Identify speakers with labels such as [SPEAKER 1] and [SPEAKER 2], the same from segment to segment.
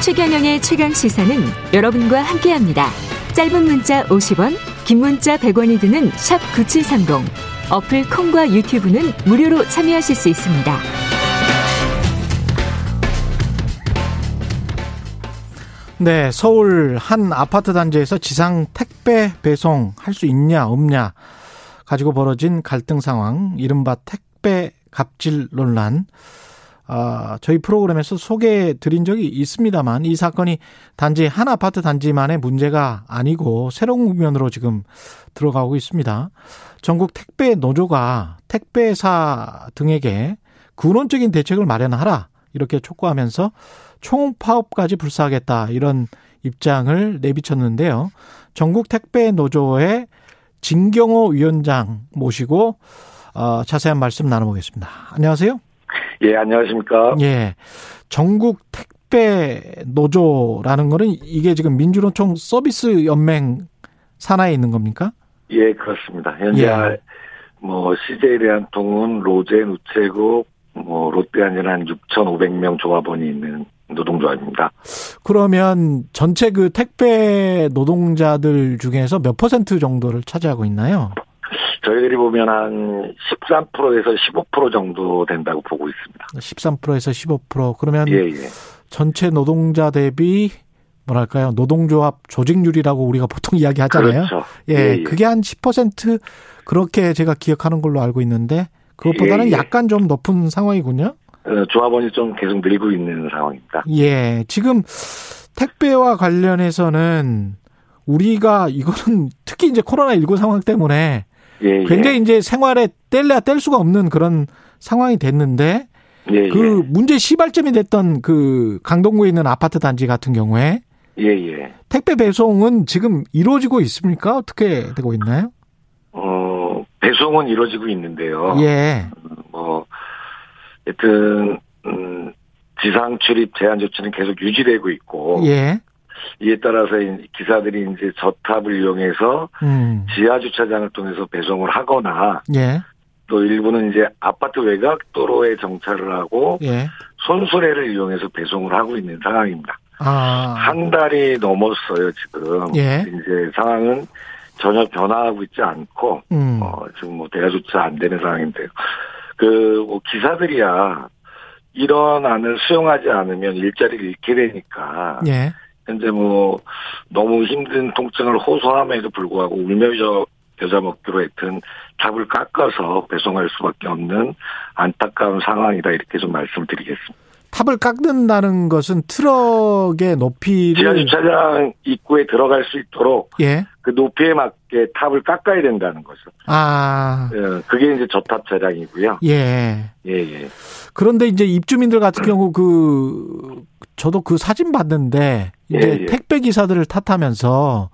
[SPEAKER 1] 최경영의 최강 시사는 여러분과 함께합니다. 짧은 문자 50원, 긴 문자 100원이 드는 샵 9730. 어플 콩과 유튜브는 무료로 참여하실 수 있습니다.
[SPEAKER 2] 네, 서울 한 아파트 단지에서 지상 택배 배송 할 수 있냐 없냐 가지고 벌어진 갈등 상황, 이른바 택배 갑질 논란. 아, 저희 프로그램에서 소개해 드린 적이 있습니다만 이 사건이 단지 한 아파트 단지만의 문제가 아니고 새로운 국면으로 지금 들어가고 있습니다. 전국 택배 노조가 택배사 등에게 근원적인 대책을 마련하라 이렇게 촉구하면서 총파업까지 불사하겠다 이런 입장을 내비쳤는데요. 전국 택배 노조의 진경호 위원장 모시고 어, 자세한 말씀 나눠보겠습니다. 안녕하세요.
[SPEAKER 3] 예, 안녕하십니까.
[SPEAKER 2] 예. 전국 택배 노조라는 거는 이게 지금 민주노총 서비스 연맹 산하에 있는 겁니까?
[SPEAKER 3] 예, 그렇습니다. 현재
[SPEAKER 2] 예.
[SPEAKER 3] 뭐 CJ 대한통운, 로젠, 우체국, 뭐 롯데안전 한 6,500명 조합원이 있는 노동조합입니다.
[SPEAKER 2] 그러면 전체 그 택배 노동자들 중에서 몇 퍼센트 정도를 차지하고 있나요?
[SPEAKER 3] 저희들이 보면 한 13%에서 15% 정도 된다고 보고 있습니다.
[SPEAKER 2] 13%에서 15% 그러면
[SPEAKER 3] 예, 예.
[SPEAKER 2] 전체 노동자 대비 뭐랄까요 노동조합 조직률이라고 우리가 보통 이야기하잖아요.
[SPEAKER 3] 그렇죠.
[SPEAKER 2] 예,
[SPEAKER 3] 예, 예.
[SPEAKER 2] 그게 한 10% 그렇게 제가 기억하는 걸로 알고 있는데 그것보다는
[SPEAKER 3] 예, 예.
[SPEAKER 2] 약간 좀 높은 상황이군요.
[SPEAKER 3] 어, 조합원이 좀 계속 늘고 있는 상황입니다.
[SPEAKER 2] 예, 지금 택배와 관련해서는 우리가 이거는 특히 이제 코로나 19 상황 때문에
[SPEAKER 3] 예, 예.
[SPEAKER 2] 굉장히 이제 생활에 뗄래야 뗄 수가 없는 그런 상황이 됐는데
[SPEAKER 3] 예, 예.
[SPEAKER 2] 그 문제 시발점이 됐던 그 강동구에 있는 아파트 단지 같은 경우에
[SPEAKER 3] 예, 예.
[SPEAKER 2] 택배 배송은 지금 이루어지고 있습니까? 어떻게 되고 있나요?
[SPEAKER 3] 어, 배송은 이루어지고 있는데요.
[SPEAKER 2] 예.
[SPEAKER 3] 뭐, 여튼, 음, 지상 출입 제한 조치는 계속 유지되고 있고,
[SPEAKER 2] 예.
[SPEAKER 3] 이에 따라서 이 기사들이 이제 저탑을 이용해서
[SPEAKER 2] 음.
[SPEAKER 3] 지하 주차장을 통해서 배송을 하거나
[SPEAKER 2] 예.
[SPEAKER 3] 또 일부는 이제 아파트 외곽 도로에 정차를 하고
[SPEAKER 2] 예.
[SPEAKER 3] 손수레를 이용해서 배송을 하고 있는 상황입니다.
[SPEAKER 2] 아.
[SPEAKER 3] 한 달이 넘었어요 지금.
[SPEAKER 2] 예.
[SPEAKER 3] 이제 상황은 전혀 변화하고 있지 않고
[SPEAKER 2] 음.
[SPEAKER 3] 어, 지금 뭐 대화조차 안 되는 상황인데요. 그, 뭐 기사들이야, 이런 안을 수용하지 않으면 일자리를 잃게 되니까,
[SPEAKER 2] 예.
[SPEAKER 3] 현재 뭐, 너무 힘든 통증을 호소함에도 불구하고 울며 여, 여자 먹기로 했던 답을 깎아서 배송할 수밖에 없는 안타까운 상황이다, 이렇게 좀 말씀드리겠습니다.
[SPEAKER 2] 탑을 깎는다는 것은 트럭의 높이를
[SPEAKER 3] 지하주차장 입구에 들어갈 수 있도록
[SPEAKER 2] 예.
[SPEAKER 3] 그 높이에 맞게 탑을 깎아야 된다는 거죠.
[SPEAKER 2] 아.
[SPEAKER 3] 예, 그게 이제 저탑 차량이고요.
[SPEAKER 2] 예.
[SPEAKER 3] 예, 예.
[SPEAKER 2] 그런데 이제 입주민들 같은 경우 그 저도 그 사진 봤는데 이제
[SPEAKER 3] 예, 예.
[SPEAKER 2] 택배 기사들을 탓하면서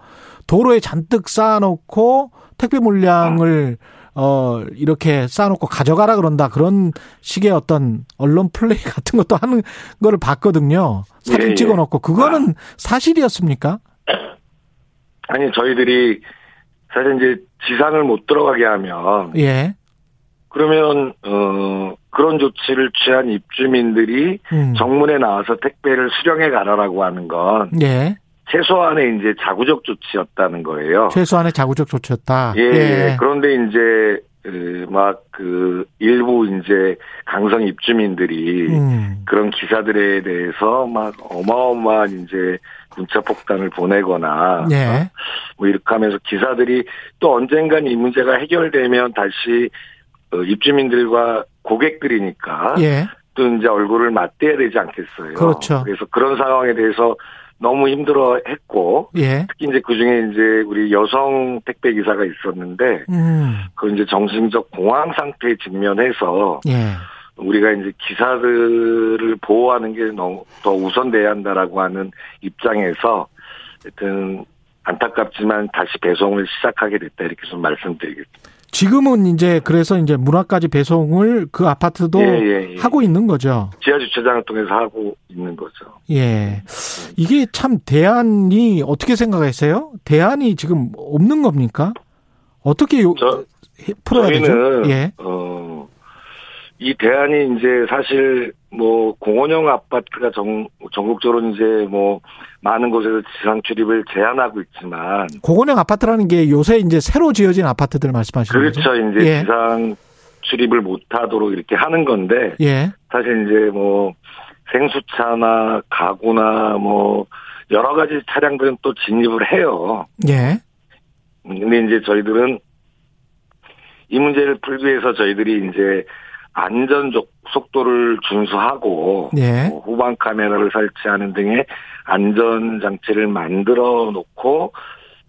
[SPEAKER 2] 도로에 잔뜩 쌓아놓고 택배 물량을 어 이렇게 쌓아놓고 가져가라 그런다 그런 식의 어떤 언론 플레이 같은 것도 하는 거를 봤거든요 사진
[SPEAKER 3] 예, 예.
[SPEAKER 2] 찍어놓고 그거는 사실이었습니까?
[SPEAKER 3] 아니 저희들이 사실 이제 지상을 못 들어가게 하면
[SPEAKER 2] 예,
[SPEAKER 3] 그러면 어 그런 조치를 취한 입주민들이
[SPEAKER 2] 음.
[SPEAKER 3] 정문에 나와서 택배를 수령해 가라라고 하는 건
[SPEAKER 2] 예
[SPEAKER 3] 최소한의 이제 자구적 조치였다는 거예요.
[SPEAKER 2] 최소한의 자구적 조치였다.
[SPEAKER 3] 예, 예. 그런데 이제 막 그 일부 이제 강성 입주민들이
[SPEAKER 2] 음.
[SPEAKER 3] 그런 기사들에 대해서 막 어마어마한 이제 문자 폭탄을 보내거나
[SPEAKER 2] 예,
[SPEAKER 3] 뭐 이렇게 하면서 기사들이 또 언젠간 이 문제가 해결되면 다시 어, 입주민들과 고객들이니까
[SPEAKER 2] 예,
[SPEAKER 3] 또 이제 얼굴을 맞대야 되지 않겠어요.
[SPEAKER 2] 그렇죠.
[SPEAKER 3] 래서 그런 상황에 대해서 너무 힘들어했고
[SPEAKER 2] 예,
[SPEAKER 3] 특히 이제 그 중에 이제 우리 여성 택배 기사가 있었는데
[SPEAKER 2] 음,
[SPEAKER 3] 그 이제 정신적 공황 상태에 직면해서
[SPEAKER 2] 예,
[SPEAKER 3] 우리가 이제 기사들을 보호하는 게 너무 더 우선돼야 한다라고 하는 입장에서 하여튼 안타깝지만 다시 배송을 시작하게 됐다 이렇게 좀 말씀드리겠습니다.
[SPEAKER 2] 지금은 이제 그래서 이제 문화까지 배송을 그 아파트도
[SPEAKER 3] 예, 예, 예.
[SPEAKER 2] 하고 있는 거죠.
[SPEAKER 3] 지하 주차장을 통해서 하고 있는 거죠.
[SPEAKER 2] 예. 이게 참 대안이 어떻게 생각하세요? 대안이 지금 없는 겁니까? 어떻게 요,
[SPEAKER 3] 저-
[SPEAKER 2] 해- 풀어야 되죠?
[SPEAKER 3] 저희는
[SPEAKER 2] 예.
[SPEAKER 3] 어, 이 대안이 이제 사실 뭐 공원형 아파트가 정 전국적으로 이제 뭐 많은 곳에서 지상 출입을 제한하고 있지만
[SPEAKER 2] 고건형 아파트라는 게 요새 이제 새로 지어진 아파트들 말씀하시는 거죠?
[SPEAKER 3] 그렇죠. 이제
[SPEAKER 2] 예.
[SPEAKER 3] 지상 출입을 못하도록 이렇게 하는 건데
[SPEAKER 2] 예.
[SPEAKER 3] 사실 이제 뭐 생수차나 가구나 뭐 여러 가지 차량들은 또 진입을 해요.
[SPEAKER 2] 예.
[SPEAKER 3] 근데 이제 저희들은 이 문제를 풀기 위해서 저희들이 이제 안전 조- 속도를 준수하고
[SPEAKER 2] 예.
[SPEAKER 3] 뭐 후방 카메라를 설치하는 등의 안전 장치를 만들어 놓고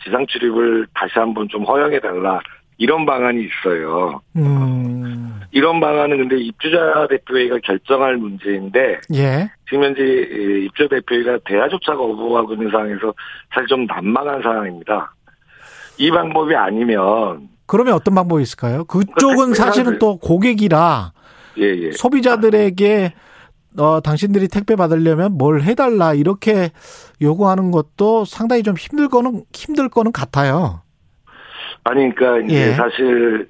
[SPEAKER 3] 지상 출입을 다시 한번 좀 허용해 달라 이런 방안이 있어요.
[SPEAKER 2] 음.
[SPEAKER 3] 이런 방안은 근데 입주자 대표회의가 결정할 문제인데
[SPEAKER 2] 예.
[SPEAKER 3] 지금 현재 이 입주자 대표회의가 대화조차 거부하고 있는 상황에서 사실 좀 난망한 상황입니다. 이 방법이 아니면
[SPEAKER 2] 그러면 어떤 방법이 있을까요? 그쪽은 사실은 또 고객이라
[SPEAKER 3] 예예
[SPEAKER 2] 소비자들에게 어, 당신들이 택배 받으려면 뭘 해달라 이렇게 요구하는 것도 상당히 좀 힘들 거는 힘들 거는 같아요.
[SPEAKER 3] 아니 그러니까 이제
[SPEAKER 2] 예.
[SPEAKER 3] 사실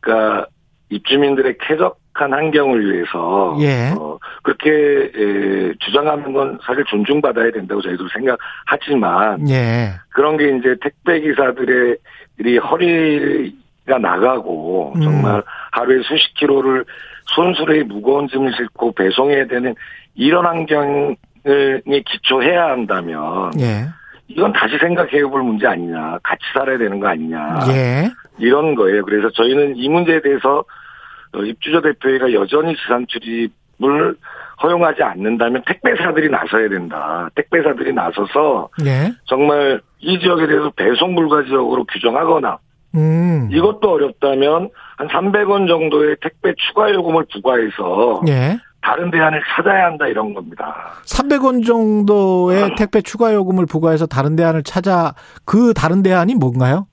[SPEAKER 3] 그러니까 입주민들의 쾌적한 환경을 위해서
[SPEAKER 2] 예.
[SPEAKER 3] 어, 그렇게 예, 주장하는 건 사실 존중받아야 된다고 저희도 생각하지만
[SPEAKER 2] 예,
[SPEAKER 3] 그런 게 이제 택배 기사들의 이 허리가 나가고
[SPEAKER 2] 음.
[SPEAKER 3] 정말 하루에 수십 킬로를 손수레에 무거운 짐을 싣고 배송해야 되는 이런 환경을 기초해야 한다면
[SPEAKER 2] 예,
[SPEAKER 3] 이건 다시 생각해볼 문제 아니냐 같이 살아야 되는 거 아니냐
[SPEAKER 2] 예,
[SPEAKER 3] 이런 거예요. 그래서 저희는 이 문제에 대해서 어, 입주자 대표회가 여전히 지상 출입을 허용하지 않는다면 택배사들이 나서야 된다. 택배사들이 나서서
[SPEAKER 2] 예.
[SPEAKER 3] 정말 이 지역에 대해서 배송 불가 지역으로 규정하거나
[SPEAKER 2] 음,
[SPEAKER 3] 이것도 어렵다면 한 300원 정도의 택배 추가 요금을 부과해서
[SPEAKER 2] 예.
[SPEAKER 3] 다른 대안을 찾아야 한다 이런 겁니다.
[SPEAKER 2] 300원 정도의 택배 추가 요금을 부과해서 다른 대안을 찾아 그 다른 대안이 뭔가요?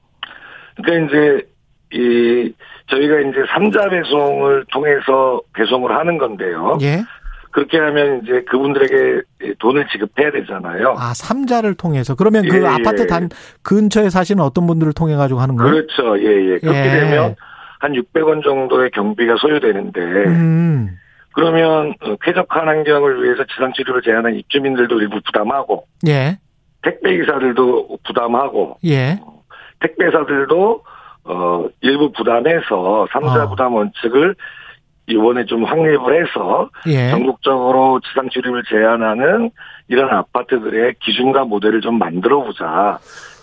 [SPEAKER 3] 그러니까 이제 이 저희가 이제 3자 배송을 통해서 배송을 하는 건데요.
[SPEAKER 2] 예.
[SPEAKER 3] 그렇게 하면 이제 그분들에게 돈을 지급해야 되잖아요.
[SPEAKER 2] 아, 삼자를 통해서 그러면 그
[SPEAKER 3] 예,
[SPEAKER 2] 아파트
[SPEAKER 3] 예.
[SPEAKER 2] 단 근처에 사시는 어떤 분들을 통해 가지고 하는 거예요?
[SPEAKER 3] 그렇죠. 예, 예. 그렇게
[SPEAKER 2] 네. 예.
[SPEAKER 3] 되면 한 600원 정도의 경비가 소요되는데
[SPEAKER 2] 음.
[SPEAKER 3] 그러면 어, 쾌적한 환경을 위해서 지상 치료를 제한한 입주민들도 일부 부담하고
[SPEAKER 2] 예.
[SPEAKER 3] 택배 기사들도 부담하고
[SPEAKER 2] 예.
[SPEAKER 3] 택배사들도 어 일부 부담해서 삼자
[SPEAKER 2] 어.
[SPEAKER 3] 부담 원칙을 이번에 좀 확립을 해서
[SPEAKER 2] 예.
[SPEAKER 3] 전국적으로 지상 출입을 제한하는 이런 아파트들의 기준과 모델을 좀 만들어 보자.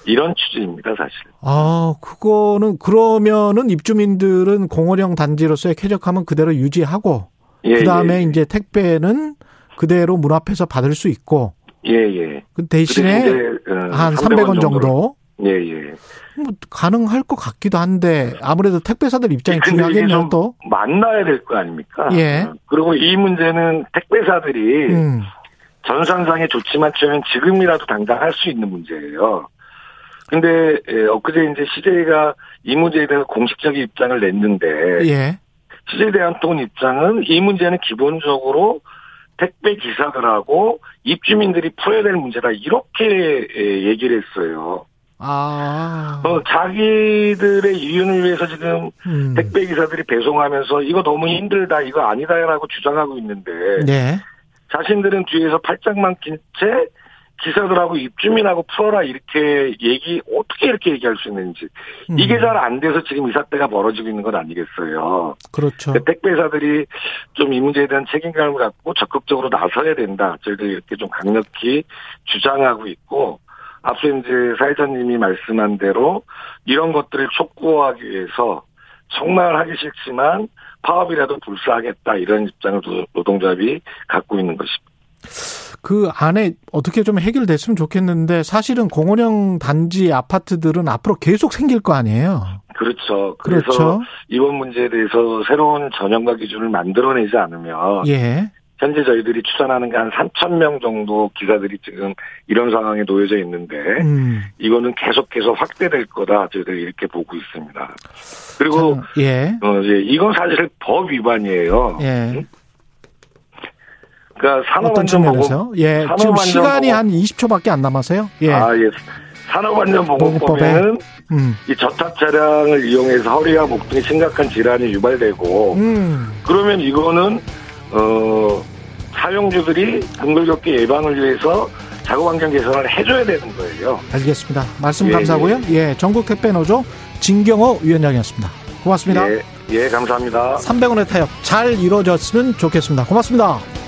[SPEAKER 3] 이런 취지입니다, 사실.
[SPEAKER 2] 아, 그거는 그러면은 입주민들은 공원형 단지로서의 쾌적함은 그대로 유지하고
[SPEAKER 3] 예,
[SPEAKER 2] 그다음에
[SPEAKER 3] 예,
[SPEAKER 2] 이제 택배는 그대로 문 앞에서 받을 수 있고
[SPEAKER 3] 예, 예.
[SPEAKER 2] 그 대신에
[SPEAKER 3] 이제, 어,
[SPEAKER 2] 한 300원 정도
[SPEAKER 3] 예, 예.
[SPEAKER 2] 뭐 가능할 것 같기도 한데 아무래도 택배사들 입장이
[SPEAKER 3] 예, 근데 이게
[SPEAKER 2] 중요하겠네요
[SPEAKER 3] 좀
[SPEAKER 2] 또.
[SPEAKER 3] 만나야 될 거 아닙니까?
[SPEAKER 2] 예.
[SPEAKER 3] 어, 그리고 이 문제는 택배사들이
[SPEAKER 2] 음.
[SPEAKER 3] 전산상의 조치만 취하면 지금이라도 당장 할 수 있는 문제예요. 근데 예, 엊그제 이제 CJ가 이 문제에 대해서 공식적인 입장을 냈는데
[SPEAKER 2] 예.
[SPEAKER 3] CJ 대한통운 입장은 이 문제는 기본적으로 택배 기사들하고 입주민들이 풀어야 될 문제다 이렇게 예, 얘기를 했어요.
[SPEAKER 2] 아.
[SPEAKER 3] 어, 자기들의 이윤을 위해서 지금
[SPEAKER 2] 음.
[SPEAKER 3] 택배 기사들이 배송하면서 이거 너무 힘들다 이거 아니다라고 주장하고 있는데
[SPEAKER 2] 네.
[SPEAKER 3] 자신들은 뒤에서 팔짱만 낀 채 기사들하고 입주민하고 풀어라 이렇게 얘기 어떻게 이렇게 얘기할 수 있는지
[SPEAKER 2] 음.
[SPEAKER 3] 이게 잘 안 돼서 지금 이 사태가 벌어지고 있는 건 아니겠어요.
[SPEAKER 2] 그렇죠.
[SPEAKER 3] 그러니까 택배사들이 좀 이 문제에 대한 책임감을 갖고 적극적으로 나서야 된다. 저희도 이렇게 좀 강력히 주장하고 있고 앞서 이제 사회자님이 말씀한 대로 이런 것들을 촉구하기 위해서 정말 하기 싫지만 파업이라도 불사하겠다 이런 입장을 노- 노동조합이 갖고 있는 것입니다.
[SPEAKER 2] 그 안에 어떻게 좀 해결됐으면 좋겠는데 사실은 공원형 단지 아파트들은 앞으로 계속 생길 거 아니에요.
[SPEAKER 3] 그렇죠. 그래서
[SPEAKER 2] 그렇죠.
[SPEAKER 3] 이번 문제에 대해서 새로운 전형과 기준을 만들어내지 않으면
[SPEAKER 2] 예.
[SPEAKER 3] 현재 저희들이 추산하는 게 한 3천 명 정도 기사들이 지금 이런 상황에 놓여져 있는데
[SPEAKER 2] 음.
[SPEAKER 3] 이거는 계속해서 확대될 거다 저희들이 이렇게 보고 있습니다. 그리고
[SPEAKER 2] 참, 예.
[SPEAKER 3] 어, 이제 이건 사실 법 위반이에요.
[SPEAKER 2] 예.
[SPEAKER 3] 그러니까
[SPEAKER 2] 어떤
[SPEAKER 3] 산업안전보건
[SPEAKER 2] 측면에서요? 예.
[SPEAKER 3] 산업
[SPEAKER 2] 지금
[SPEAKER 3] 안전
[SPEAKER 2] 시간이
[SPEAKER 3] 보고-
[SPEAKER 2] 한 20초밖에 안 남았어요. 예.
[SPEAKER 3] 아 예. 산업안전보건법에는
[SPEAKER 2] 음.
[SPEAKER 3] 이 저탑 차량을 이용해서 허리와 목 등의 심각한 질환이 유발되고
[SPEAKER 2] 음.
[SPEAKER 3] 그러면 이거는 어 사용주들이 근골격계 예방을 위해서 자구환경 개선을 해줘야 되는 거예요.
[SPEAKER 2] 알겠습니다. 말씀
[SPEAKER 3] 예,
[SPEAKER 2] 감사하고요. 예, 전국 택배노조 진경호 위원장이었습니다. 고맙습니다.
[SPEAKER 3] 예, 예, 감사합니다.
[SPEAKER 2] 300원의 타협 잘 이루어졌으면 좋겠습니다. 고맙습니다.